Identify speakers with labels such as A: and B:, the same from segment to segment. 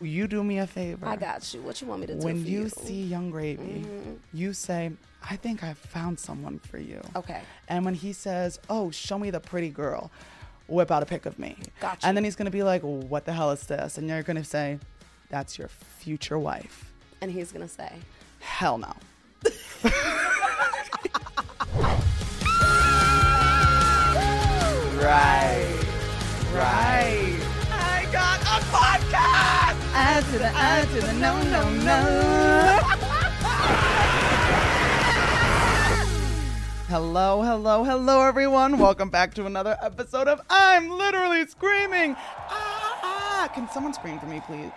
A: you do me a favor.
B: I got you. What you Mm-hmm. want me to do?
A: When
B: for
A: you see Young Gravy, you say, I think I found someone for you.
B: Okay.
A: And when he says, Oh, show me the pretty girl, whip out a pic of me.
B: Gotcha.
A: And then he's going to be like, What the hell is this? And you're going to say, That's your future wife.
B: and he's gonna say,
A: Hell no. right. Right. I got a podcast. I to the I to the no no no. Hello, hello, hello, everyone. Welcome back to another episode of I'm Literally Screaming. Ah, ah. Can someone scream for me, please?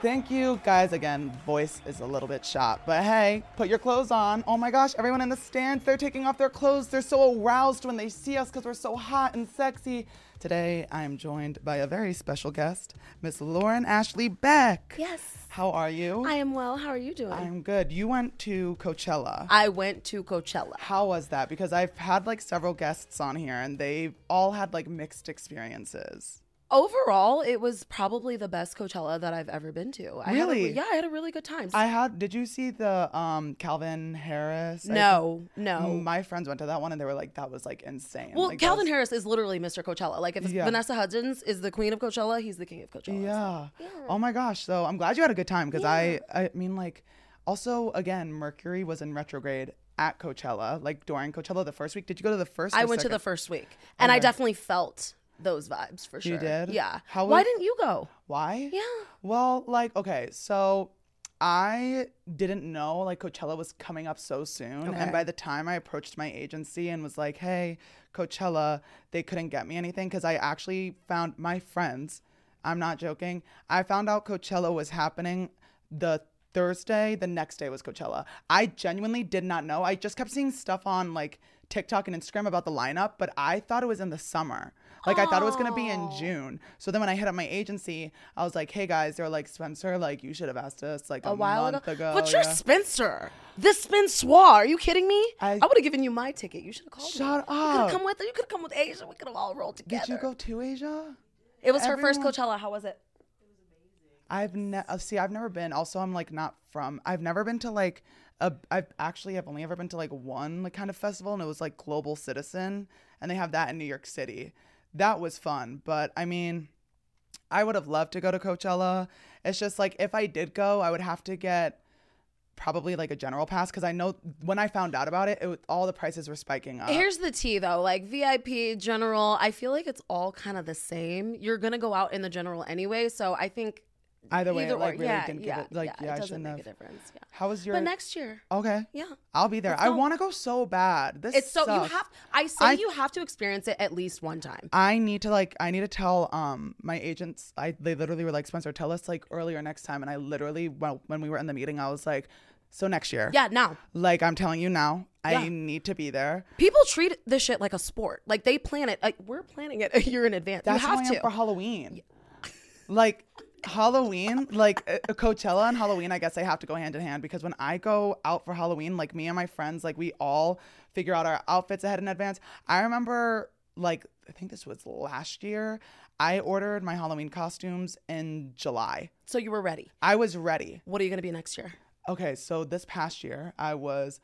A: Thank you guys again. Voice is a little bit shot, but hey, put your clothes on. Oh my gosh, everyone in the stands, they're taking off their clothes. They're so aroused when they see us because we're so hot and sexy. Today, I am joined by a very special guest, Miss Lauren Ashley Beck.
B: Yes.
A: How are you?
B: I am well. How are you doing?
A: I'm good. You went to Coachella.
B: I went to Coachella.
A: How was that? Because I've had like several guests on here and they all had like mixed experiences.
B: Overall, it was probably the best Coachella that I've ever been to. I had a,
A: Really?
B: yeah, I had a really good time.
A: I had. Did you see the um Calvin Harris? I
B: no, no.
A: think my friends went to that one and they were like, "That was like insane."
B: well,
A: like, that
B: Calvin
A: was-
B: Harris is literally Mr. Coachella. Like, if
A: Yeah.
B: Vanessa Hudgens is the queen of Coachella, he's the king of Coachella.
A: Yeah. Oh my gosh. So I'm glad you had a good time because I, I mean, like, also again, Mercury was in retrograde at Coachella, like during Coachella the first week. Did you go to the first?
B: I
A: or
B: went to the
A: second?
B: first week, and I definitely felt those vibes for sure.
A: did?
B: Yeah.
A: How
B: Why
A: was-
B: didn't you go?
A: Why?
B: Yeah.
A: Well, like, okay, so I didn't know like Coachella was coming up so soon.
B: Okay.
A: And by the time I approached my agency and was like, hey, Coachella, they couldn't get me anything because I actually found my friends, I'm not joking, I found out Coachella was happening the Thursday, the next day was Coachella. I genuinely did not know. I just kept seeing stuff on like TikTok and Instagram about the lineup, but I thought it was in the summer. Like I thought it was gonna be in June. So then when I hit up my agency, I was like, "Hey guys," they were like, "Spencer, like you should have asked us like a,
B: A while
A: month
B: ago.
A: ago."
B: but you're
A: yeah."
B: Spencer. The Spencer. Are you kidding me? I,
A: I-
B: would have given you my ticket. You should have called me.
A: Shut
B: You could have
A: up.
B: come with her. You could have come with Asia. We could have all rolled together.
A: Did you go to Asia?
B: It was her first
A: everyone-
B: Coachella. How was it?
A: I've never see. I've never been. Also, I'm like not from. I've never been to like a. I've actually have only ever been to like one like, kind of festival, and it was like Global Citizen, and they have that in New York City. That was fun, but I mean, I would have loved to go to Coachella. It's just like if I did go, I would have to get probably like a general pass because I know when I found out about it, it was, all the prices were spiking up.
B: Here's the tea though, like VIP, general, I feel like it's all kind of the same. You're gonna go out in the general anyway, so I think
A: Either way,
B: either
A: it, like
B: or,
A: really
B: yeah,
A: didn't
B: yeah,
A: give it. Like yeah, I
B: it doesn't
A: shouldn't
B: make
A: have.
B: a difference. Yeah.
A: How was your?
B: But next year,
A: okay.
B: yeah,
A: I'll be there.
B: Let's
A: I
B: go.
A: want to go so bad. This
B: it's so
A: sucks.
B: you have. I say
A: I-
B: you have to experience it at least one time.
A: I need to like I need to tell um my agents I they literally were like Spencer tell us like earlier next time and I literally well when we were in the meeting I was like so next year
B: Yeah, now
A: like I'm telling you now
B: Yeah.
A: I need to be there
B: people treat this shit like a sport. Like they plan it. Like we're planning it a year in advance.
A: that's
B: you
A: how
B: have
A: I am
B: to.
A: for Halloween like Halloween like uh, Coachella and Halloween I guess they have to go hand in hand because when I go out for Halloween like me and my friends like we all figure out our outfits ahead in advance I remember like I think this was last year I ordered my Halloween costumes in July
B: so you were ready.
A: I was ready.
B: What are you gonna be next year?
A: Okay, so this past year I was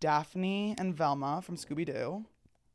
A: Daphne and Velma from Scooby Doo.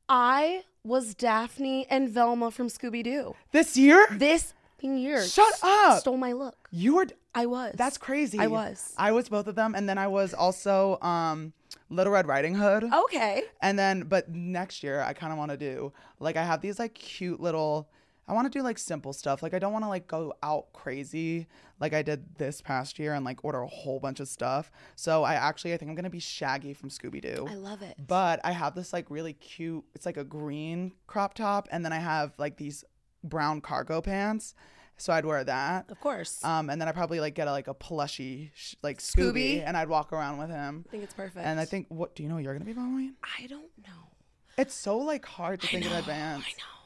B: I was Daphne and Velma from Scooby Doo.
A: This year?
B: This year,
A: Shut
B: s-
A: up!
B: Stole my look.
A: You were
B: I was.
A: that's crazy.
B: I was.
A: I was both of them and then I was also um Little Red Riding Hood.
B: Oh. Okay.
A: And then but next year I kind of want to do like I have these like cute little I want to do like simple stuff. Like I don't want to like go out crazy like I did this past year and like order a whole bunch of stuff. So I actually I think I'm going to be Shaggy from Scooby Doo.
B: I love it.
A: But I have this like really cute, it's like a green crop top, and then I have like these brown cargo pants. So I'd wear that.
B: Of course.
A: Um, and then I probably like get a, like a plushy sh- like Scooby,
B: Scooby?
A: and I'd walk around with him.
B: I think it's perfect.
A: And I think what do you know you're gonna be for Halloween?
B: I don't know.
A: It's so like hard to think in advance.
B: I know.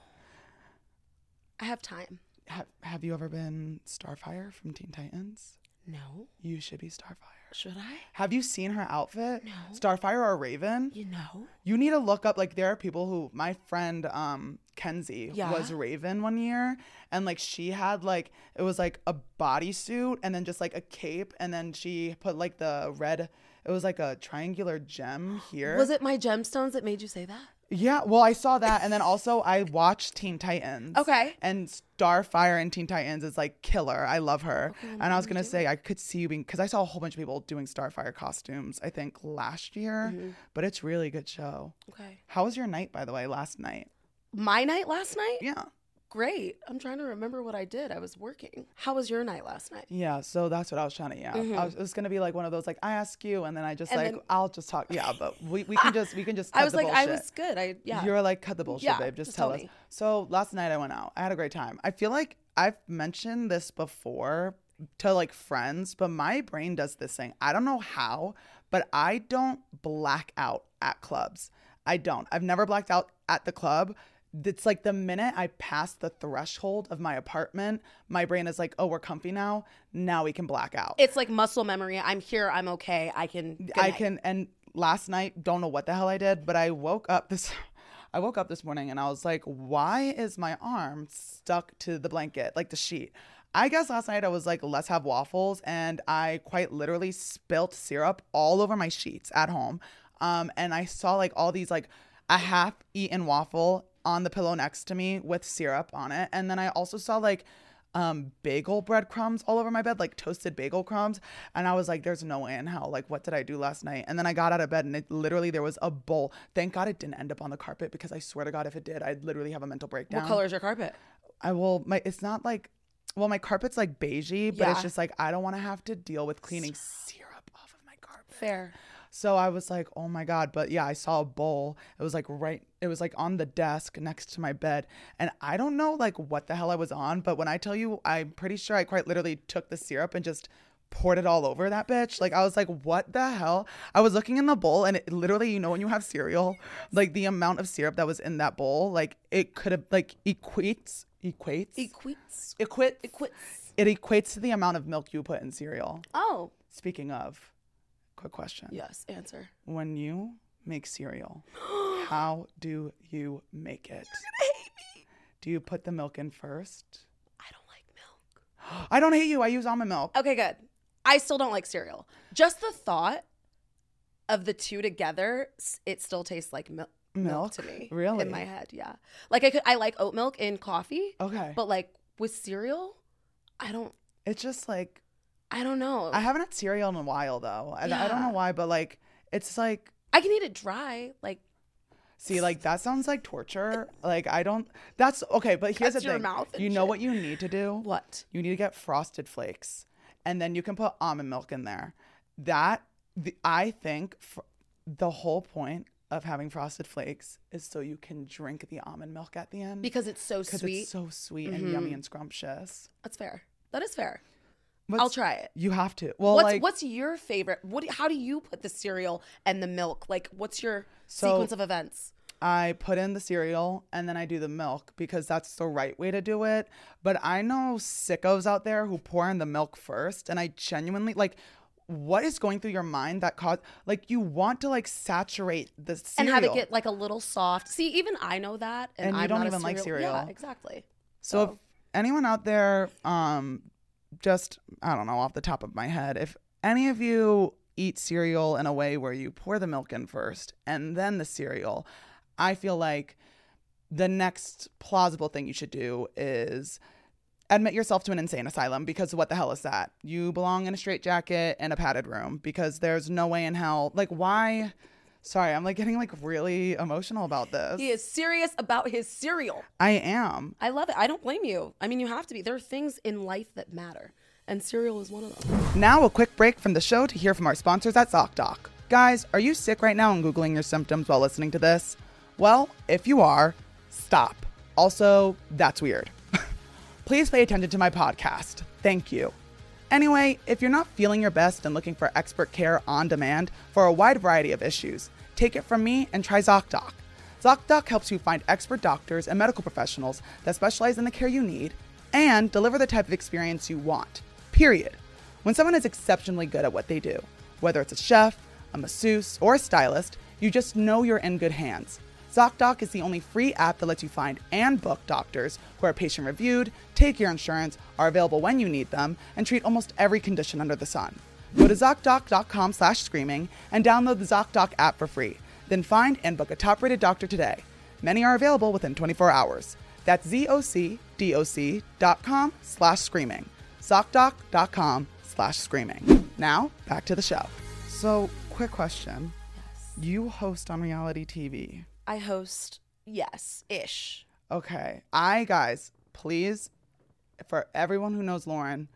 B: I have time.
A: Have, have you ever been Starfire from Teen Titans?
B: No.
A: You should be Starfire.
B: Should I?
A: Have you seen her outfit?
B: No.
A: Starfire or Raven?
B: You know?
A: You need to look up like there are people who my friend um Kenzie
B: Yeah.
A: was Raven one year and like she had like it was like a bodysuit and then just like a cape and then she put like the red it was like a triangular gem here.
B: Was it my gemstones that made you say that?
A: Yeah, well I saw that and then also I watched Teen Titans.
B: Okay.
A: And Starfire in Teen Titans is like killer. I love her. and I was gonna say I could see you being because I saw a whole bunch of people doing Starfire costumes I think last year,
B: Mm-hmm.
A: but it's really good show.
B: Okay.
A: How was your night, by the way, last night?
B: My night last night?
A: Yeah.
B: Great. I'm trying to remember what I did. I was working. How was your night last night?
A: Yeah. So that's what I was trying to, yeah. I was, it was going to be like one of those, like, I ask you, and then I just,
B: Mm-hmm. And
A: like,
B: then-
A: I'll just talk. Yeah. But we, we can just, we can just, cut
B: I was
A: the
B: like,
A: bullshit.
B: I was good. I yeah.
A: You're like, cut the bullshit,
B: Yeah,
A: babe. Just,
B: just
A: tell,
B: tell
A: us.
B: me.
A: So last night I went out. I had a great time. I feel like I've mentioned this before to like friends, but my brain does this thing. I don't know how, but I don't black out at clubs. I don't. I've never blacked out at the club. It's like the minute I pass the threshold of my apartment, my brain is like, oh, we're comfy now. Now we can black out.
B: it's like muscle memory. I'm here. I'm okay. I can. good
A: I
B: night.
A: can and last night don't know what the hell I did, but I woke up this I woke up this morning and I was like, why is my arm stuck to the blanket, like the sheet? I guess last night I was like, let's have waffles and I quite literally spilt syrup all over my sheets at home. Um and I saw like all these like a half eaten waffle on the pillow next to me with syrup on it. And then I also saw like um bagel breadcrumbs all over my bed, like toasted bagel crumbs. And I was like, there's no way in hell. Like, what did I do last night? And then I got out of bed and it literally there was a bowl. Thank God it didn't end up on the carpet because I swear to God, if it did, I'd literally have a mental breakdown.
B: What color is your carpet?
A: I will my it's not like well, my carpet's like beigey, but it's
B: Yeah.
A: just like I don't want to have to deal with cleaning syrup off of my carpet.
B: Fair.
A: So I was like, oh my God. But yeah, I saw a bowl. It was like right, it was like on the desk next to my bed. And I don't know like what the hell I was on, but when I tell you, I'm pretty sure I quite literally took the syrup and just poured it all over that bitch. Like I was like, what the hell? I was looking in the bowl and it literally, you know, when you have cereal, like the amount of syrup that was in that bowl, like it could have like equates, equates,
B: Equates.
A: equates,
B: Equates.
A: it equates to the amount of milk you put in cereal.
B: Oh.
A: Speaking of, quick question
B: Yes. Answer.
A: when you make cereal, how do you make it? Do you put the milk in first?
B: I don't like milk.
A: I don't hate you. I use almond milk.
B: Okay, good. I still don't like cereal. Just the thought of the two together, s- it still tastes like mil- milk,
A: Milk?
B: to me.
A: Really?
B: In my head, yeah. Like I could, I like oat milk in coffee,
A: Okay.
B: but like with cereal, I don't,
A: it's just like
B: I don't know.
A: I
B: I,
A: haven't had cereal in a while though. And I don't know
B: Yeah.
A: why, but like it's like
B: can eat it dry, like
A: see, like that sounds like torture. Like I don't that's okay, but here's
B: Cuts
A: the
B: your
A: thing.
B: mouth and
A: you know
B: shit.
A: what you need to do?
B: what?
A: You need to get frosted flakes, and then you can put almond milk in there. That the, I think fr- the whole point of having frosted flakes is so you can drink the almond milk at the end
B: Because it's so sweet. Mm-hmm.
A: it's so sweet and yummy and scrumptious.
B: That's fair. That is fair. I'll
A: What's-
B: try it.
A: You have to. Well,
B: What's
A: like
B: what's your favorite? What do- how do you put the cereal and the milk? Like what's your
A: So-
B: sequence of events?
A: I put in the cereal and then I do the milk because that's the right way to do it. But I know sickos out there who pour in the milk first, and I genuinely like. What is going through your mind that cause like you want to like saturate the cereal
B: and have it get like a little soft. See, even I know that, and,
A: And you
B: I'm
A: don't
B: not a
A: even like
B: Yeah,
A: cereal.
B: exactly.
A: So if anyone out there, um, just I don't know off the top of my head, if any of you eat cereal in a way where you pour the milk in first and then the cereal, I feel like the next plausible thing you should do is admit yourself to an insane asylum because what the hell is that? You belong in a straitjacket and a padded room because there's no way in hell. Like why? Sorry, I'm like getting like really emotional about this.
B: He is serious about his cereal.
A: I am.
B: I love it. I don't blame you. I mean, you have to be. There are things in life that matter, and cereal is one of them.
A: Now, a quick break from the show to hear from our sponsors at ZocDoc. Guys, are you sick right now and Googling your symptoms while listening to this? Well, if you are, stop. Also, that's weird. Please pay attention to my podcast. Thank you. Anyway, if you're not feeling your best and looking for expert care on demand for a wide variety of issues, take it from me and try ZocDoc. ZocDoc helps you find expert doctors and medical professionals that specialize in the care you need and deliver the type of experience you want, period. When someone is exceptionally good at what they do, whether it's a chef, a masseuse, or a stylist, you just know you're in good hands. ZocDoc is the only free app that lets you find and book doctors who are patient reviewed, take your insurance, are available when you need them, and treat almost every condition under the sun. Go to ZocDoc.com slash screaming and download the ZocDoc app for free. Then find and book a top rated doctor today. Many are available within 24 hours. That's ZocDoc.com slash screaming. ZocDoc.com slash screaming. Now, back to the show. So, quick question. You host on reality TV.
B: I host, yes, ish.
A: Okay. I guys, please, for everyone who knows Lauren,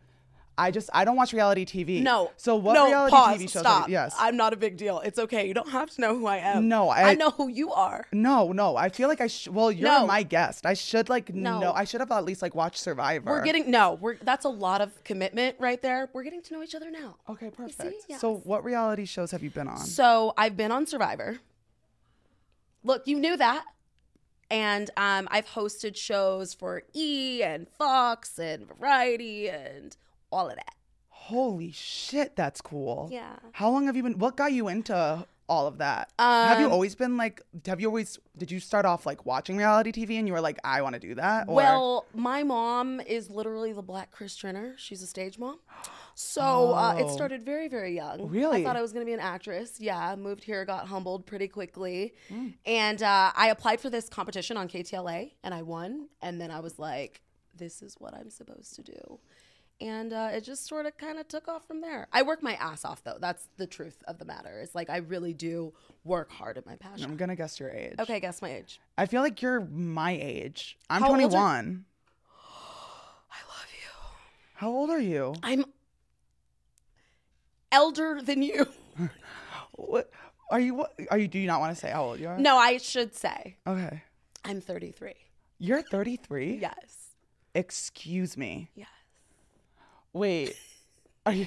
A: I just I don't watch reality TV.
B: No.
A: So what
B: no,
A: reality
B: pause,
A: TV shows? have-
B: Stop.
A: yes.
B: I'm not a big deal. It's okay. You don't have to know who I am.
A: No,
B: I,
A: I-
B: know who you are.
A: no, no. I feel like I sh- well, you're
B: No.
A: my guest. I should like
B: No.
A: no. I should have at least like watched Survivor.
B: We're getting no. We're that's a lot of commitment right there. We're getting to know each other now.
A: Okay, perfect.
B: Yes.
A: So what reality shows have you been on?
B: So I've been on Survivor. Look, you knew that. And um, I've hosted shows for E and Fox and Variety and all of that.
A: Holy shit, that's cool.
B: Yeah.
A: How long have you been what got you into all of that? have you
B: Um,
A: always been like have you always did you start off like watching reality TV and you were like I want to do that or
B: Well, my mom is literally the black Chris Jenner. She's a stage mom. So uh, it
A: Oh.
B: started very, very young. I
A: Really?
B: thought I was going to be an actress. Yeah, moved here, got humbled pretty quickly. And uh, I applied for this competition on KTLA and I won. And then I was like, this is what I'm supposed to do. And uh, it just sort of kind of took off from there. I work my ass off, though. That's the truth of the matter. It's like I really do work hard at my passion.
A: I'm going to guess your age.
B: Okay, guess my age.
A: I feel like you're my age. I'm
B: How old are-
A: 21.
B: I love you.
A: How old are you?
B: I'm elder than you.
A: What are you? What are you? Do you not want to say how old you are?
B: No, I should say
A: Okay.
B: I'm 33.
A: You're 33.
B: Yes.
A: Excuse me.
B: Yes.
A: Wait. Are you?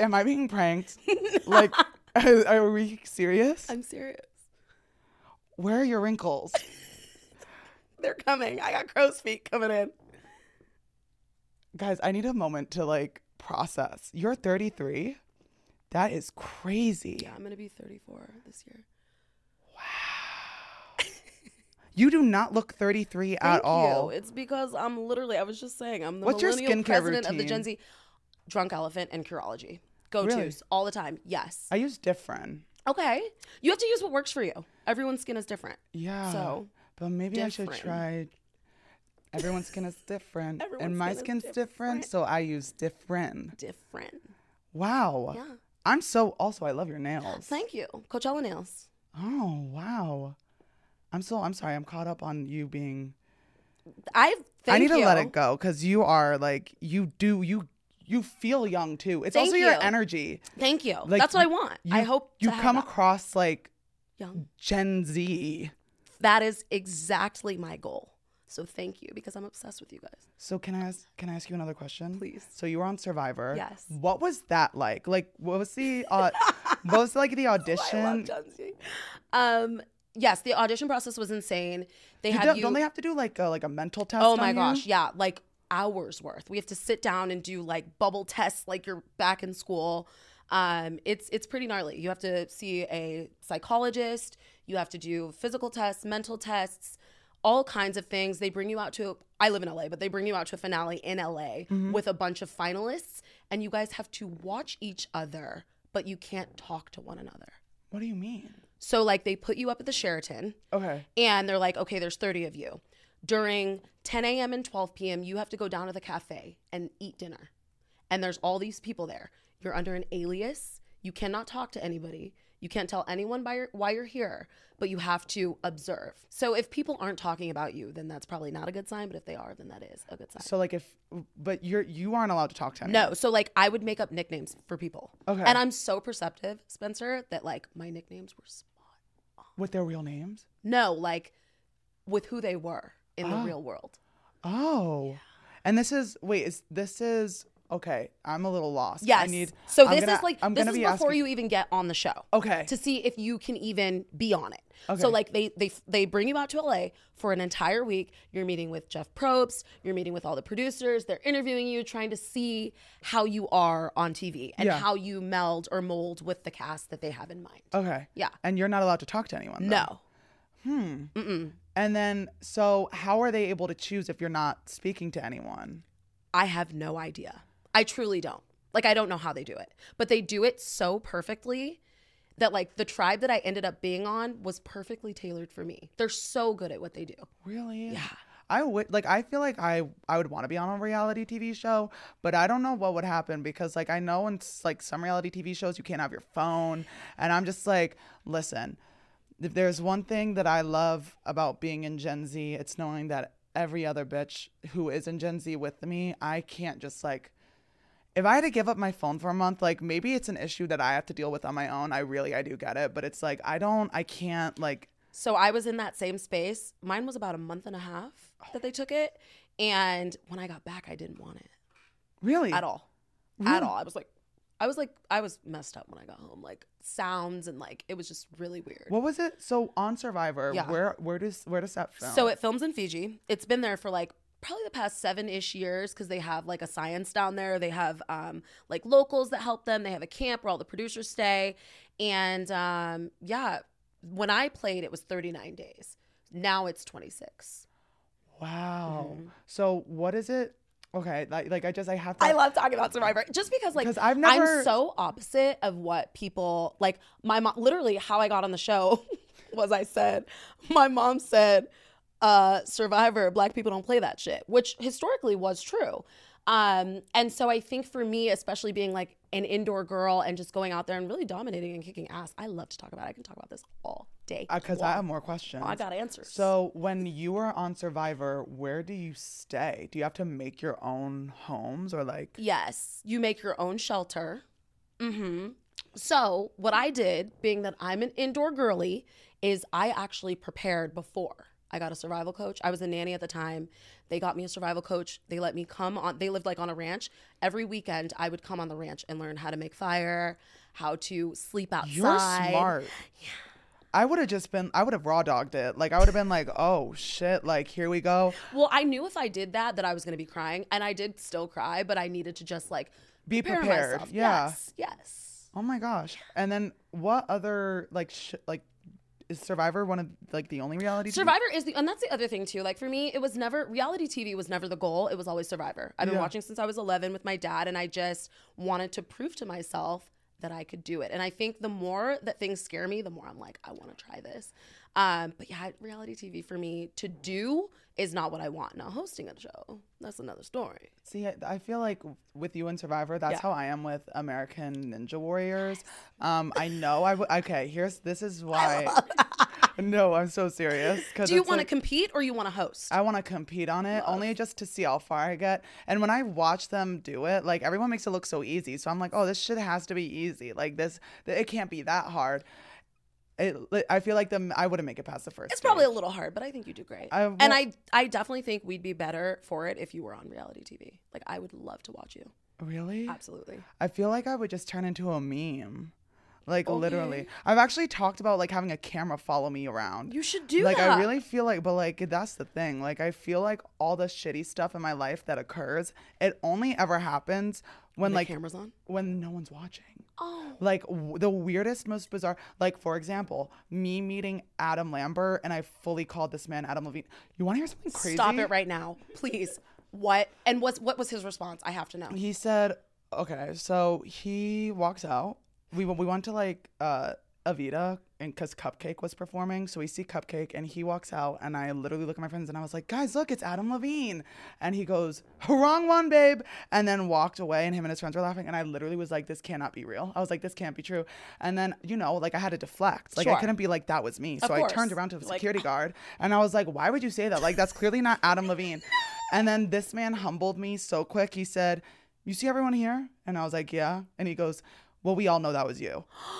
A: Am I being pranked? like, are, are we serious?
B: I'm serious.
A: Where are your wrinkles?
B: They're coming. I got crow's feet coming in.
A: Guys, I need a moment to like process. You're 33. That is crazy.
B: Yeah, I'm going to be 34 this year.
A: You do not look 33 at
B: Thank
A: all.
B: you. It's because I'm literally, I was just saying, I'm the
A: What's your skincare
B: millennial president of the Gen
A: routine?
B: Z. Drunk elephant and Curology. Go tos
A: Really?
B: all the time. Yes.
A: I use different.
B: Okay. You have to use what works for you. Everyone's skin is different.
A: Yeah.
B: So,
A: but maybe I
B: different.
A: should try. Everyone's skin is different,
B: Everyone's
A: and my
B: skin
A: skin's
B: is
A: different. so I use different.
B: Different.
A: Wow.
B: Yeah.
A: I'm so. Also, I love your nails.
B: Thank you. Coachella nails.
A: oh wow. I'm so. I'm sorry. I'm caught up on you being.
B: I thank
A: I need
B: you.
A: to let it go because you are like you do you you feel young too. It's also
B: Thank
A: your
B: you.
A: energy.
B: Thank you.
A: Like,
B: That's what I want.
A: You,
B: I hope
A: you
B: to have
A: come
B: that.
A: across like
B: young.
A: Gen Z.
B: That is exactly my goal. So thank you because I'm obsessed with you guys.
A: So can I ask can I ask you another question?
B: Please.
A: So you were on Survivor.
B: Yes.
A: What was that like? Like what was the uh what was like the
B: Oh, I love
A: audition?
B: Gen Z. Um, yes, the audition process was insane. They
A: You
B: had
A: don't,
B: you.
A: don't they have to do like a like a mental test?
B: oh
A: on
B: my
A: you?
B: gosh, yeah, like hours worth. We have to sit down and do like bubble tests, like you're back in school. Um, it's it's pretty gnarly. You have to see a psychologist. You have to do physical tests, mental tests, all kinds of things. They bring you out to. I live in LA, but they bring you out to a finale in LA
A: Mm-hmm.
B: with a bunch of finalists, and you guys have to watch each other, but you can't talk to one another.
A: What do you mean?
B: So like they put you up at the Sheraton
A: Okay.
B: and they're like, okay, there's 30 of you. During 10 a.m. and 12 p.m., you have to go down to the cafe and eat dinner. And there's all these people there. You're under an alias. You cannot talk to anybody. You can't tell anyone by your, why you're here, but you have to observe. So if people aren't talking about you, then that's probably not a good sign. But if they are, then that is a good sign.
A: So like if but you're you aren't allowed to talk to him.
B: No, so like I would make up nicknames for people.
A: Okay.
B: And I'm so perceptive, Spencer, that like my nicknames were spot.
A: With their real names?
B: No, like with who they were in the
A: Oh.
B: real world.
A: Oh. And this is wait, is this is okay, I'm a little lost.
B: Yes.
A: I need.
B: so
A: I'm
B: this
A: gonna-
B: is like
A: I'm
B: this
A: gonna
B: is
A: be
B: before
A: asking-
B: you even get on the show.
A: Okay.
B: To see if you can even be on it.
A: Okay.
B: So like they they they bring you out to LA for an entire week. You're meeting with Jeff Probst. You're meeting with all the producers. They're interviewing you, trying to see how you are on TV and
A: Yeah.
B: how you meld or mold with the cast that they have in mind.
A: Okay.
B: Yeah.
A: And you're not allowed to talk to anyone. though.
B: No.
A: And then, so how are they able to choose if you're not speaking to anyone?
B: I have no idea. I truly don't. Like I don't know how they do it. But they do it so perfectly that like the tribe that I ended up being on was perfectly tailored for me. They're so good at what they do.
A: Really?
B: Yeah.
A: I would like. I feel like I I would want to be on a reality TV show, but I don't know what would happen because like I know in s- like some reality TV shows you can't have your phone, and I'm just like, listen, if there's one thing that I love about being in Gen Z, it's knowing that every other bitch who is in Gen Z with me, I can't just like. If I had to give up my phone for a month, like maybe it's an issue that I have to deal with on my own. I really I do get it, but it's like I don't I can't like
B: So I was in that same space. Mine was about a month and a half that they took it. And when I got back, I didn't want it
A: really
B: at all. At all. I was like I was like I was messed up when I got home. Like sounds and like it was just really weird.
A: What was it? So on Survivor,
B: Yeah.
A: where where does where does that film?
B: So it films in Fiji. It's been there for like probably the past seven ish years because they have like a science down there. They have um, like locals that help them. They have a camp where all the producers stay. And um, yeah, when I played, it was 39 days. Now it's 26.
A: wow. So what is it? Okay, like, like I just I have to.
B: Mm-hmm. I love talking about Survivor just because like
A: 'Cause I've never-
B: I'm so opposite of what people like my mom literally how I got on the show was I said my mom said uh Survivor black people don't play that shit which historically was true um and so I think for me especially being like an indoor girl and just going out there and really dominating and kicking ass I love to talk about it. I can talk about this all day
A: because Uh, I
B: long.
A: have more questions.
B: I got answers
A: So when you were on Survivor, where do you stay? Do you have to make your own homes or like?
B: Yes, you make your own shelter. hmm So what I did, being that I'm an indoor girly, is I actually prepared before. I got a survival coach. I was a nanny at the time. They got me a survival coach. They let me come on. They lived like on a ranch. Every weekend, I would come on the ranch and learn how to make fire, how to sleep outside.
A: You're smart. I would have just been. I would have raw dogged it. Like I would have been like, oh shit, like here we go.
B: Well, I knew if I did that that I was going to be crying, and I did still cry, but I needed to just like
A: Be
B: prepare
A: prepared,
B: myself.
A: yeah.
B: Yes. Yes.
A: Oh my gosh. And then what other like sh- like is Survivor one of like the only reality? TV
B: Survivor is the, and that's the other thing too. Like for me, it was never reality TV was never the goal. It was always Survivor. I've been
A: Yeah.
B: watching since I was 11 with my dad, and I just wanted to prove to myself that I could do it. And I think the more that things scare me, the more I'm like, I want to try this. Um, but yeah, reality TV for me to do is not what I want. Now hosting a show, that's another story.
A: See, I- I feel like with you and Survivor, that's
B: Yeah.
A: how I am with American Ninja Warriors. Um, I know I would. Okay, here's this is why. no, I'm so serious. 'cause
B: Do you
A: it's
B: want to
A: like-
B: compete or you want to host?
A: I want to compete on it only just to see how far I get. And when I watch them do it, like everyone makes it look so easy. So I'm like, oh, this shit has to be easy. Like this, th- it can't be that hard. It, I feel like the I wouldn't make it past the first.
B: It's probably a
A: stage.
B: little hard, but I think you do great.
A: I
B: and
A: will-
B: I, I definitely think we'd be better for it if you were on reality TV. Like I would love to watch you.
A: really.
B: Absolutely.
A: I feel like I would just turn into a meme. Like literally. I've actually talked about like having a camera follow me around.
B: You should do
A: like
B: that.
A: I really feel like but like that's the thing. Like I feel like all the shitty stuff in my life that occurs, it only ever happens when
B: the
A: like
B: cameras on.
A: when no one's watching.
B: Oh,
A: Like w- the weirdest, most bizarre. Like for example, me meeting Adam Lambert, and I fully called this man Adam Levine. You want to hear something crazy?
B: stop it right now, please. What and what's what was his response? I have to know.
A: He said, "Okay, so he walks out. We we went to like uh Avita and because Cupcake was performing, so we see Cupcake and he walks out, and I literally look at my friends and I was like, guys, look, it's Adam Levine, and he goes, wrong one, babe, and then walked away, and him and his friends were laughing, and I literally was like, this cannot be real. I was like, this can't be true, and then you know, like I had to deflect, like
B: Sure.
A: I couldn't be like that was me, so I
B: course.
A: turned around to the
B: Like-
A: security guard and I was like, why would you say that? Like, that's clearly not Adam Levine. And then this man humbled me so quick. He said, You see everyone here? And I was like, Yeah. And he goes, Well, we all know that was you.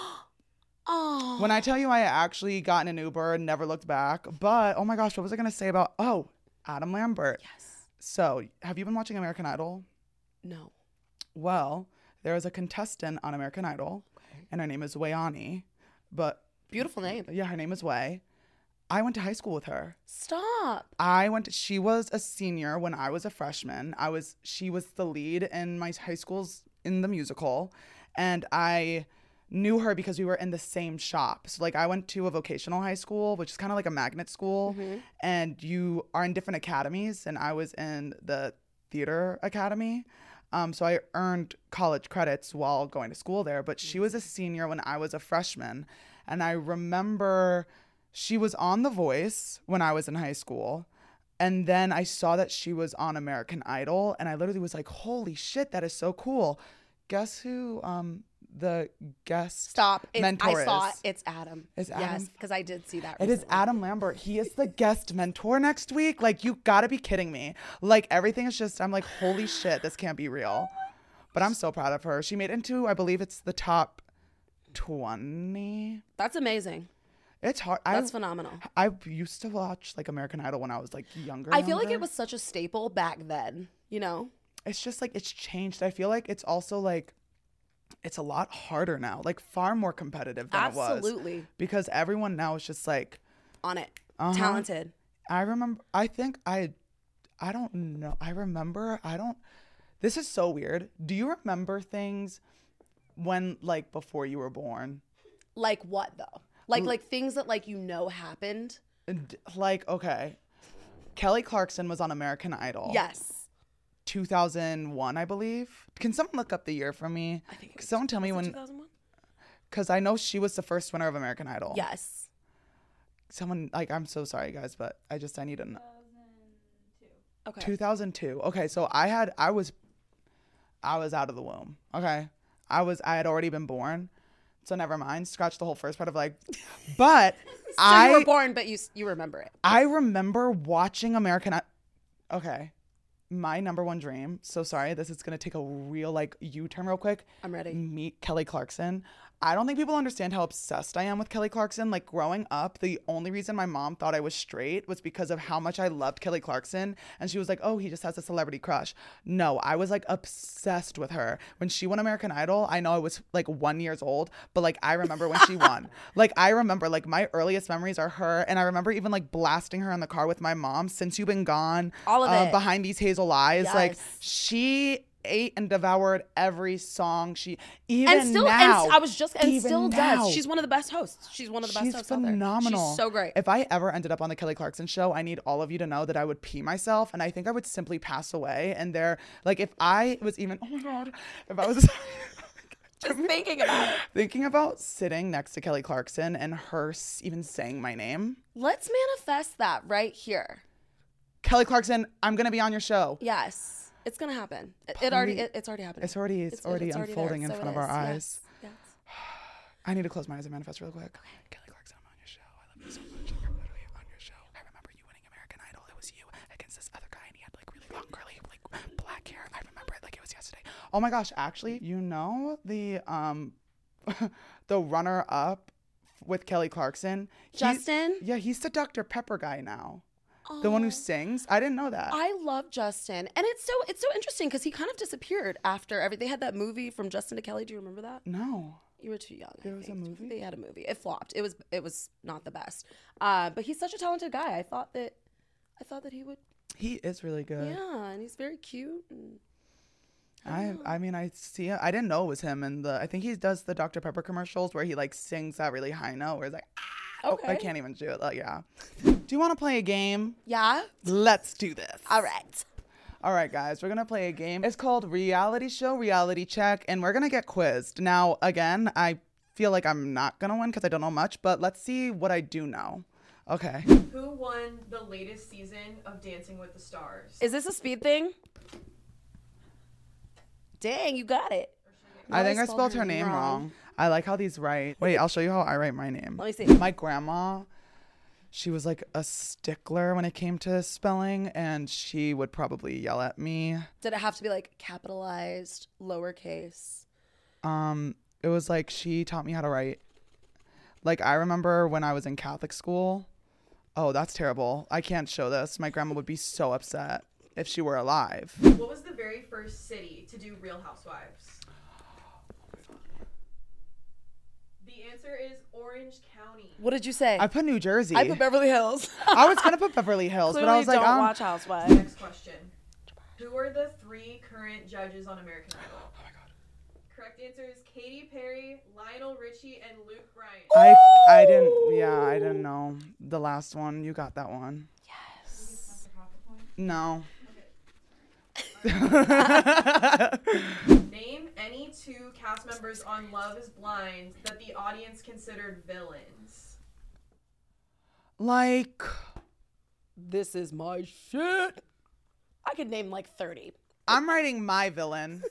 B: Oh,
A: When I tell you I actually got in an Uber and never looked back, but oh my gosh, what was I going to say about, oh, Adam Lambert?
B: yes.
A: So, have you been watching American Idol?
B: No.
A: Well, there is a contestant on American Idol, and her name is Wayani. But
B: Beautiful name.
A: yeah, her name is Way. I went to high school with her.
B: Stop.
A: I went. she was a senior when I was a freshman. I was. She was the lead in my high school's in the musical, and I knew her because we were in the same shop. So like I went to a vocational high school, which is kind of like a magnet school, and you are in different academies. And I was in the theater academy. Um, so I earned college credits while going to school there. But she was a senior when I was a freshman, and I remember she was on The Voice when I was in high school. And then I saw that she was on American Idol, and I literally was like, "Holy shit, that is so cool!" Guess who? Um, the guest.
B: Stop. It, I
A: Mentor
B: saw it.
A: is.
B: It's Adam.
A: It's
B: Yes,
A: Adam.
B: because I did see that.
A: It is
B: recently.
A: Adam Lambert. He is the guest mentor next week. Like, you gotta be kidding me. Like, everything is just, I'm like, holy shit, this can't be real. But I'm so proud of her. She made it into, I believe it's the top 20.
B: That's amazing.
A: It's hard. I,
B: That's phenomenal.
A: I used to watch like American Idol when I was like younger.
B: I feel like it
A: younger.
B: was such a staple back then. You know.
A: it's just like it's changed. I feel like it's also like it's a lot harder now, like far more competitive than it was.
B: Absolutely
A: Because everyone now is just like
B: on it.
A: Uh-huh.
B: Talented.
A: I remember I think I I don't know. I remember I don't this is so weird. Do you remember things when like before you were born?
B: Like what though? Like like things that like you know happened.
A: And, Like, okay. Kelly Clarkson was on American Idol.
B: Yes.
A: 2001, I believe. Can someone look up the year for me? I
B: think it was
A: someone tell me
B: Was it
A: when
B: 2001?
A: cuz I know she was the first winner of American Idol.
B: Yes.
A: someone like I'm so sorry guys, but I just I need an
B: Okay.
A: 2002. Okay, so I had I was I was out of the womb. Okay. I was I had already been born. So never mind. Scratch the whole first part of like but
B: So
A: I
B: you were born, but you s- you remember it.
A: I remember watching American I- Okay. My number one dream. So sorry, this is going to take a real like U turn real quick.
B: I'm ready.
A: Meet Kelly Clarkson. I don't think people understand how obsessed I am with Kelly Clarkson. Like growing up, the only reason my mom thought I was straight was because of how much I loved Kelly Clarkson. And she was like, oh, he just has a celebrity crush. No, I was like obsessed with her. When she won American Idol, I know I was like one years old, but like I remember when she won. Like I remember, like my earliest memories are her. And I remember even like blasting her in the car with my mom since you've been gone.
B: All of
A: uh,
B: it.
A: Behind these hazel eyes. Like
B: Yes.
A: she ate and devoured every song she even
B: And still,
A: now,
B: and s- I was just, and
A: even
B: still
A: now,
B: does. She's one of the best hosts. She's one of the best
A: she's
B: hosts out there.
A: phenomenal
B: She's so great.
A: if i ever ended up on the kelly clarkson show i need all of you to know that i would pee myself and i think i would simply pass away and there like if i was even oh my god if i was
B: just thinking about it.
A: thinking about sitting next to kelly clarkson and her s- even saying my name
B: Let's manifest that right here.
A: kelly clarkson i'm gonna be on your show
B: Yes, it's gonna happen. It, it already, it, it's already happening.
A: it's already it's, already
B: it's there,
A: unfolding in
B: so it
A: front of our
B: is. Yes,
A: eyes
B: yes.
A: I need to close my eyes and manifest real quick. Kelly Clarkson, I'm on your show. I love you so much. I'm literally on your show. I remember you winning American Idol. It was you against this other guy, and he had like really long curly, like black hair. I remember it like it was yesterday. Oh my gosh! Actually, you know the um, the runner up with Kelly Clarkson, He-
B: Justin? Oh,
A: yeah, he's the Dr Pepper guy now. The one who sings. I didn't know that.
B: I love Justin, and it's so it's so interesting because he kind of disappeared after every. They had that movie from Justin to Kelly. Do you remember that?
A: no.
B: You were too young. I
A: There was a
B: think.
A: movie?
B: They had a movie. It flopped. It was it was not the best. Uh, but he's such a talented guy. I thought that I thought that he would.
A: He is really good.
B: Yeah, and he's very cute. And
A: I I mean I see I didn't know it was him and the I think he does the Dr Pepper commercials where he like sings that really high note where he's like
B: okay.
A: Oh, I can't even do it. Like, yeah. Do you want to play a game?
B: Yeah.
A: Let's do this.
B: All right.
A: All right, guys, we're going to play a game. It's called Reality Show Reality Check, and we're going to get quizzed. Now, again, I feel like I'm not going to win because I don't know much, but let's see what I do know. Okay.
C: Who won the latest season of Dancing with the Stars?
B: Is this a speed thing? Dang, you got it.
A: I think I spelled her name wrong. I like how these write. Wait, I'll show you how I write my name.
B: Let me see.
A: My grandma, she was like a stickler when it came to spelling, and she would probably yell at me.
B: Did it have to be like capitalized, lowercase?
A: Um, it was like she taught me how to write. Like I remember when I was in Catholic school. Oh, that's terrible. I can't show this. My grandma would be so upset if she were alive.
C: What was the very first city to do Real Housewives? The answer is Orange County.
B: What did you say?
A: I put New Jersey.
B: I put Beverly Hills.
A: I was gonna put Beverly Hills, but
B: Clearly
A: I was like,
B: don't
A: um,
B: watch Housewives.
C: Next question. Who are the three current judges on American Idol? Oh my god. Correct answer is Katy Perry, Lionel Richie, and Luke Bryan.
A: I I didn't. Yeah, I didn't know the last one. You got that one. No.
C: Name any two cast members on Love is Blind that the audience considered villains.
A: like
B: This is my shit. I could name like 30.
A: I'm writing my villain.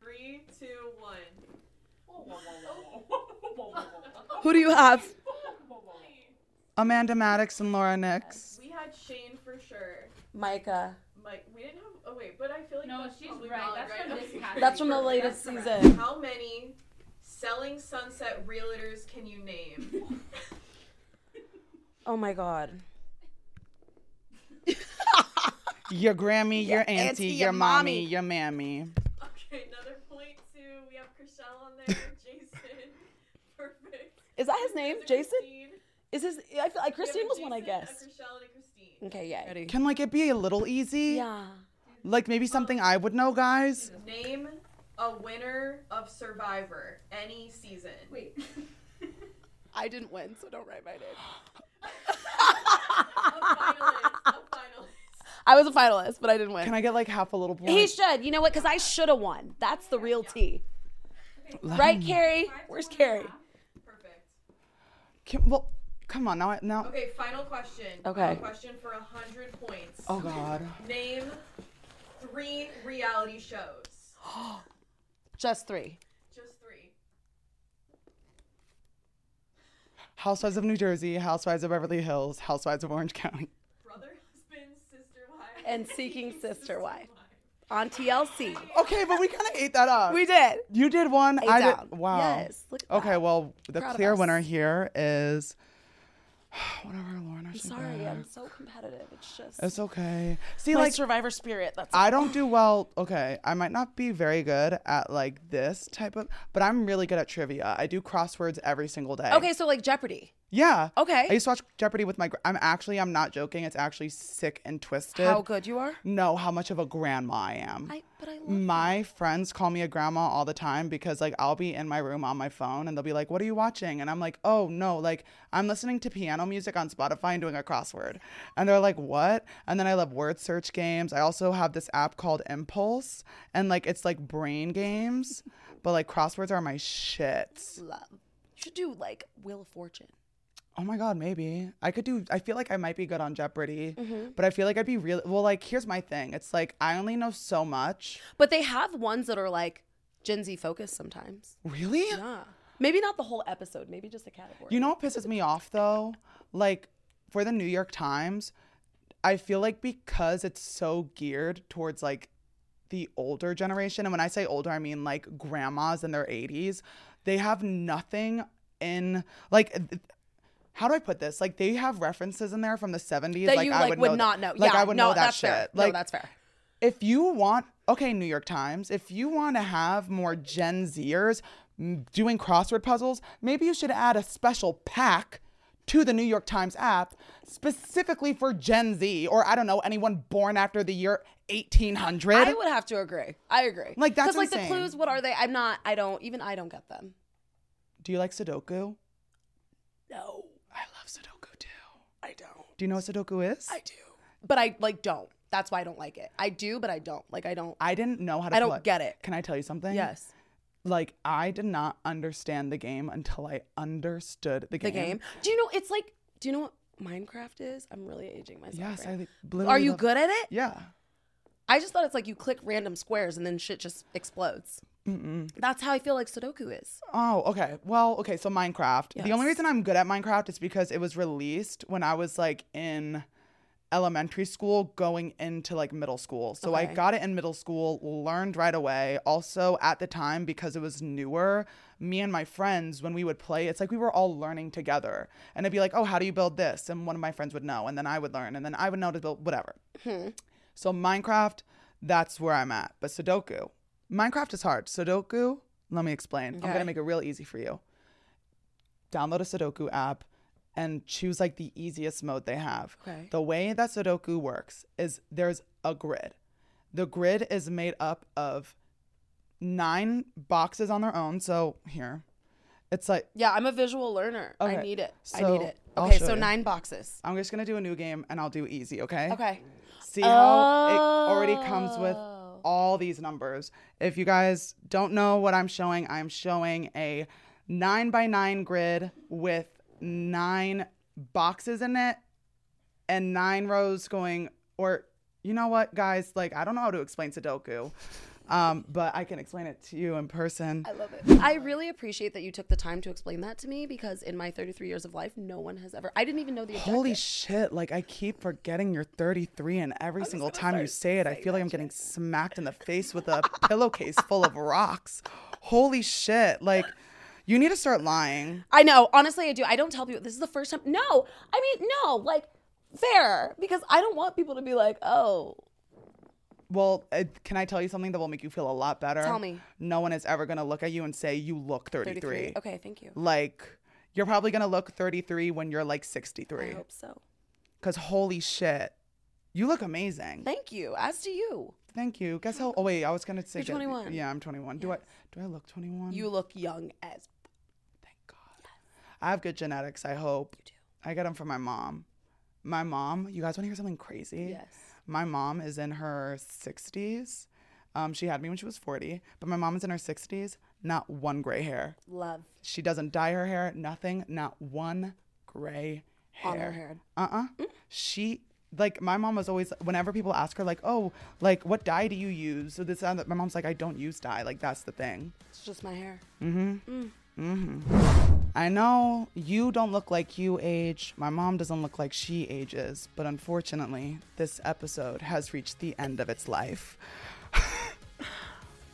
C: Three, two, one.
B: Who do you have?
A: Amanda Maddox and Laura Nix.
C: We had Shane for sure.
B: Micah.
C: Mike, we didn't have. Oh wait, but I feel like
D: No,
C: that's
D: she's
C: probably
D: right.
C: valid,
D: That's
C: right?
D: from this
C: Okay.
D: past
B: That's from the
D: year.
B: latest
D: That's correct.
B: season.
C: How many selling sunset realtors can you name?
B: Oh my god.
A: Your Grammy, your auntie,
B: auntie,
A: your,
B: your
A: mommy,
B: mommy.
A: your mammy.
C: okay, another point too. We have Chriselle on there. Jason, perfect.
B: Is that his name?
C: There's a
B: Jason?
C: Christine. We
B: Is his I feel like
C: have
B: Christine
C: a
B: was one I
C: Jason, a
B: guessed.
C: Chriselle and a Christine.
B: Okay, yeah. Ready?
A: Can like it be a little easy?
B: Yeah.
A: Like maybe something I would know, guys.
C: Name a winner of Survivor any season.
D: Wait.
B: I didn't win, so don't write my name.
C: A finalist. A finalist.
B: I was a finalist, but I didn't win.
A: Can I get like half a little point?
B: he should. You know what? Because I should have won. That's the real tea. Right, Carrie? Where's Carrie?
C: Perfect.
A: Can, well, come on now. I- Now.
C: Okay, final question.
B: Okay.
C: Final question for a hundred points.
A: Oh God.
C: Name three reality shows.
B: Just three.
C: Just three.
A: Housewives of New Jersey, Housewives of Beverly Hills, Housewives of Orange County.
C: Brother, husband, sister, wife.
B: And Seeking Sister Wife on TLC.
A: Okay, but we kind of ate that up.
B: We did.
A: you did one.
B: Eight
A: I
B: down.
A: did. Wow.
B: Yes. Look at
A: okay.
B: that.
A: Well, the
B: Proud of
A: clear
B: us.
A: winner here is whatever Lauren. I'm
B: Sorry, I'm so competitive. It's just
A: It's okay. See,
B: my
A: like
B: survivor spirit. That's
A: I don't do well. Okay, I might not be very good at like this type of, but I'm really good at trivia. I do crosswords every single day.
B: okay. So like Jeopardy.
A: Yeah.
B: Okay.
A: I used to watch Jeopardy with my. gr- I'm actually. I'm not joking. It's actually sick and twisted.
B: How good you are.
A: know how much of a grandma I am.
B: I but I love
A: my friends call me a grandma all the time because like I'll be in my room on my phone and they'll be like, "What are you watching?" and I'm like, "Oh no, like I'm listening to piano music on Spotify and doing a crossword." And they're like, "What?" And then I love word search games. I also have this app called Impulse and like it's like brain games, but like crosswords are my shit.
B: love. You should do like Wheel of Fortune.
A: Oh my god, maybe I could do. I feel like I might be good on Jeopardy, but I feel like I'd be really well. Like here's my thing: it's like I only know so much.
B: But they have ones that are like Gen Z focused sometimes.
A: Really?
B: Yeah. Maybe not the whole episode. Maybe just a category.
A: Ah. You know what pisses me off though? Like for the New York Times, I feel like because it's so geared towards like the older generation, and when I say older, I mean like grandmas in their 80s, they have nothing in like th- how do I put this? Like they have references in there from the 70s
B: that you
A: I
B: like would,
A: know-
B: not know.
A: Like
B: yeah,
A: I would
B: no,
A: know that
B: that's
A: shit.
B: Fair.
A: Like
B: no, that's fair.
A: if you want okay new york times if you want to have more gen zers m- doing crossword puzzles maybe you should add a special pack to the new york times app specifically for gen z or i don't know anyone born after the year 1800
B: I would have to agree. I agree.
A: Like, that's
B: 'Cause, like
A: insane.
B: the clues. What are they? I'm not. I don't. Even I don't get them.
A: do you like sudoku
B: No,
A: i love sudoku too
B: I don't.
A: do you know what sudoku is
B: I do. But I like don't. That's why I don't like it. I do, but I don't. Like I don't.
A: I didn't know how to
B: I don't
A: collect-
B: get it.
A: can i tell you something
B: Yes.
A: like i did not understand the game until i understood the
B: The
A: game
B: game. Do you know it's like do you know what Minecraft is? I'm really aging myself.
A: yes
B: right
A: i
B: now.
A: literally
B: Are you
A: love-
B: good at it?
A: yeah
B: I just thought it's like you click random squares and then shit just explodes. That's how I feel like Sudoku is.
A: Oh, okay. Well, okay. So Minecraft. The only
B: Yes.
A: reason I'm good at Minecraft is because it was released when I was like in elementary school going into like middle school. So I
B: Okay.
A: got it in middle school, learned right away. Also at the time because it was newer, me and my friends when we would play, it's like we were all learning together. And it'd be like, "Oh, how do you build this?" and one of my friends would know, and then I would learn, and then I would know to build whatever. So Minecraft, that's where I'm at. But Sudoku, Minecraft is hard. Sudoku, let me explain. I'm
B: Okay.
A: gonna make it real easy for you. Download a Sudoku app and choose like the easiest mode they have.
B: Okay.
A: The way that Sudoku works is there's a grid. The grid is made up of nine boxes on their own. So here, it's like
B: Yeah, I'm a visual learner. I
A: Okay,
B: need it. I
A: so
B: need it.
A: I'll
B: Okay,
A: show
B: so
A: you.
B: nine boxes.
A: I'm just gonna do a new game and I'll do easy, okay?
B: Okay.
A: See how it already comes with
B: Oh.
A: all these numbers. If you guys don't know what I'm showing, I'm showing a nine by nine grid with nine boxes in it and nine rows going, or you know what, guys? Like, I don't know how to explain Sudoku, um, but I can explain it to you in person.
B: I love it. I really appreciate that you took the time to explain that to me because in my 33 years of life, no one has ever. I didn't even know the objective.
A: Holy shit, like I keep forgetting you're 33 and every single time you say it I feel like I'm getting smacked in the face with a pillowcase full of rocks. Holy shit, like you need to start lying.
B: I know. Honestly, I do. I don't tell people. This is the first time. No, I mean, no. Like, fair because I don't want people to be like, oh,
A: Well, uh, can I tell you something that will make you feel a lot better?
B: Tell me.
A: No one is ever going to look at you and say you look 33.
B: 33. Okay, thank you.
A: Like you're probably going to look 33 when you're like
B: I
A: 63
B: hope so.
A: cuz holy shit. You look amazing.
B: Thank you. As to you,
A: Thank you. Guess how Oh wait, I was going to say
B: You're
A: get-
B: 21.
A: Yeah, I'm 21. Do I do I look 21?
B: you look young as.
A: I have good genetics, I hope. You do. I get them from my mom. My mom, you guys want to hear something crazy?
B: Yes.
A: My mom is in her 60s. Um, she had me when she was 40, but my mom is in her 60s, not one gray hair.
B: Love
A: She doesn't dye her hair, nothing, not one gray hair.
B: on her hair. Mm.
A: Uh-uh. She like my mom was always whenever people ask her like, "Oh, like what dye do you use?" So this and that, my mom's like, "I don't use dye." Like that's the thing.
B: It's just my hair.
A: I know you don't look like you age. My mom doesn't look like she ages. But unfortunately, this episode has reached the end of its life.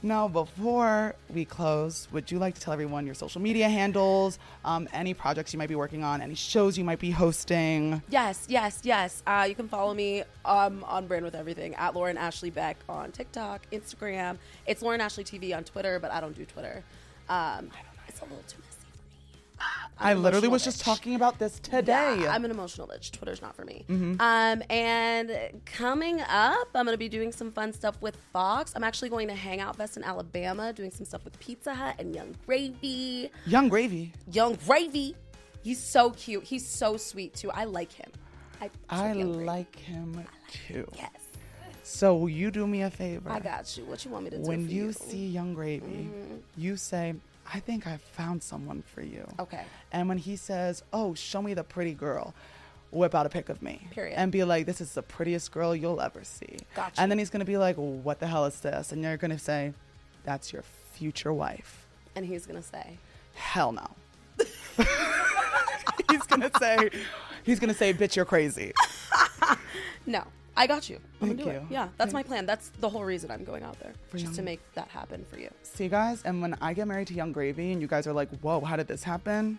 A: now, before we close, would you like to tell everyone your social media handles, um, any projects you might be working on, any shows you might be hosting?
B: Yes, yes, yes. Uh, you can follow me um, on Brand with Everything at Lauren Ashley Beck on TikTok, Instagram. It's Lauren Ashley TV on Twitter, but I don't do Twitter. Um, it's a little too messy for me.
A: i literally was
B: emotional
A: just
B: bitch.
A: talking about this today.
B: Yeah, I'm an emotional bitch. Twitter's not for me. Um, and coming up, I'm going to be doing some fun stuff with Fox. I'm actually going to Hangout Fest in Alabama, doing some stuff with Pizza Hut and Young Gravy.
A: Young Gravy.
B: Young Gravy, he's so cute. He's so sweet too. I like him. I,
A: I
B: Young Gravy.
A: like him too.
B: Yes,
A: So, will you do me a favor?
B: I got you. What you want me to Mm-hmm. do?
A: when
B: for
A: you see young gravy you say i think i found someone for you
B: Okay.
A: and when he says oh show me the pretty girl whip out a pic of me
B: Period.
A: and be like this is the prettiest girl you'll ever see
B: Gotcha.
A: and then he's gonna be like what the hell is this and you're gonna say that's your future wife
B: and he's gonna say,
A: hell no he's gonna say he's gonna say bitch you're crazy
B: "No, I got you. I'm
A: Thank
B: gonna do
A: you.
B: it." Yeah, that's my plan. That's the whole reason I'm going out there, just to
A: Young-
B: make that happen for you.
A: see you guys and when i get married to young gravy and you guys are like whoa how did this happen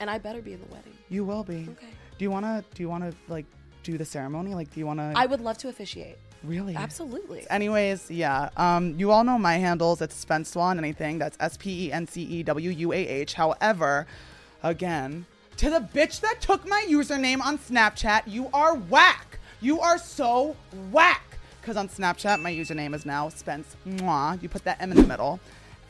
B: And I better be in the wedding.
A: You will be.
B: Okay.
A: Do you wanna do you wanna like do the ceremony? Like do you wanna
B: I would love to officiate.
A: really
B: Absolutely.
A: Anyways, yeah. Um, you all know my handles. It's Spence Swan anything. That's S P E N C E W U A H. However, again, to the bitch that took my username on Snapchat, you are whack. You are so whack. Cause on Snapchat, my username is now Spence Mwah. You put that M in the middle.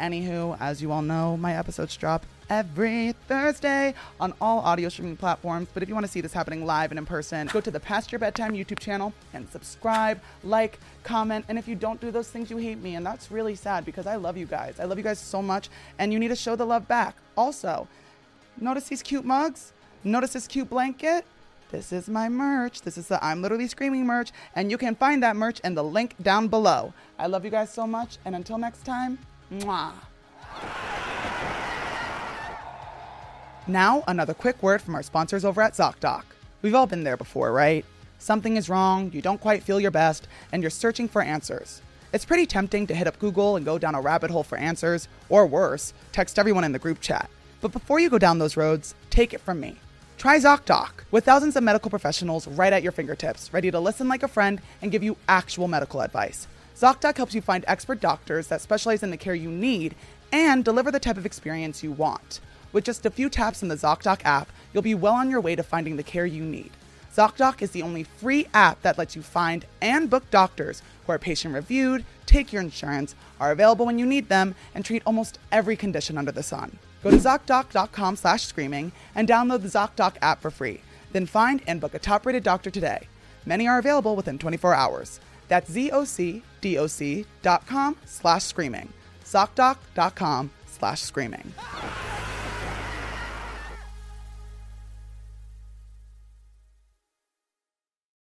A: Anywho, as you all know, my episodes drop every Thursday on all audio streaming platforms. But if you want to see this happening live and in person, go to the Past Your Bedtime YouTube channel and subscribe, like, comment. And if you don't do those things, you hate me. And that's really sad because I love you guys. I love you guys so much. And you need to show the love back. Also, notice these cute mugs? Notice this cute blanket? This is my merch. This is the I'm Literally Screaming merch. And you can find that merch in the link down below. I love you guys so much. And until next time, mwah. Now, another quick word from our sponsors over at ZocDoc. We've all been there before, right? Something is wrong, you don't quite feel your best, and you're searching for answers. It's pretty tempting to hit up Google and go down a rabbit hole for answers, or worse, text everyone in the group chat. But before you go down those roads, take it from me. Try ZocDoc with thousands of medical professionals right at your fingertips, ready to listen like a friend and give you actual medical advice. ZocDoc helps you find expert doctors that specialize in the care you need and deliver the type of experience you want. With just a few taps in the ZocDoc app, you'll be well on your way to finding the care you need. ZocDoc is the only free app that lets you find and book doctors who are patient reviewed, take your insurance, are available when you need them, and treat almost every condition under the sun. Go to ZocDoc.com slash screaming and download the ZocDoc app for free. Then find and book a top rated doctor today. Many are available within 24 hours. That's ZocDoc.com slash screaming. ZocDoc.com slash screaming.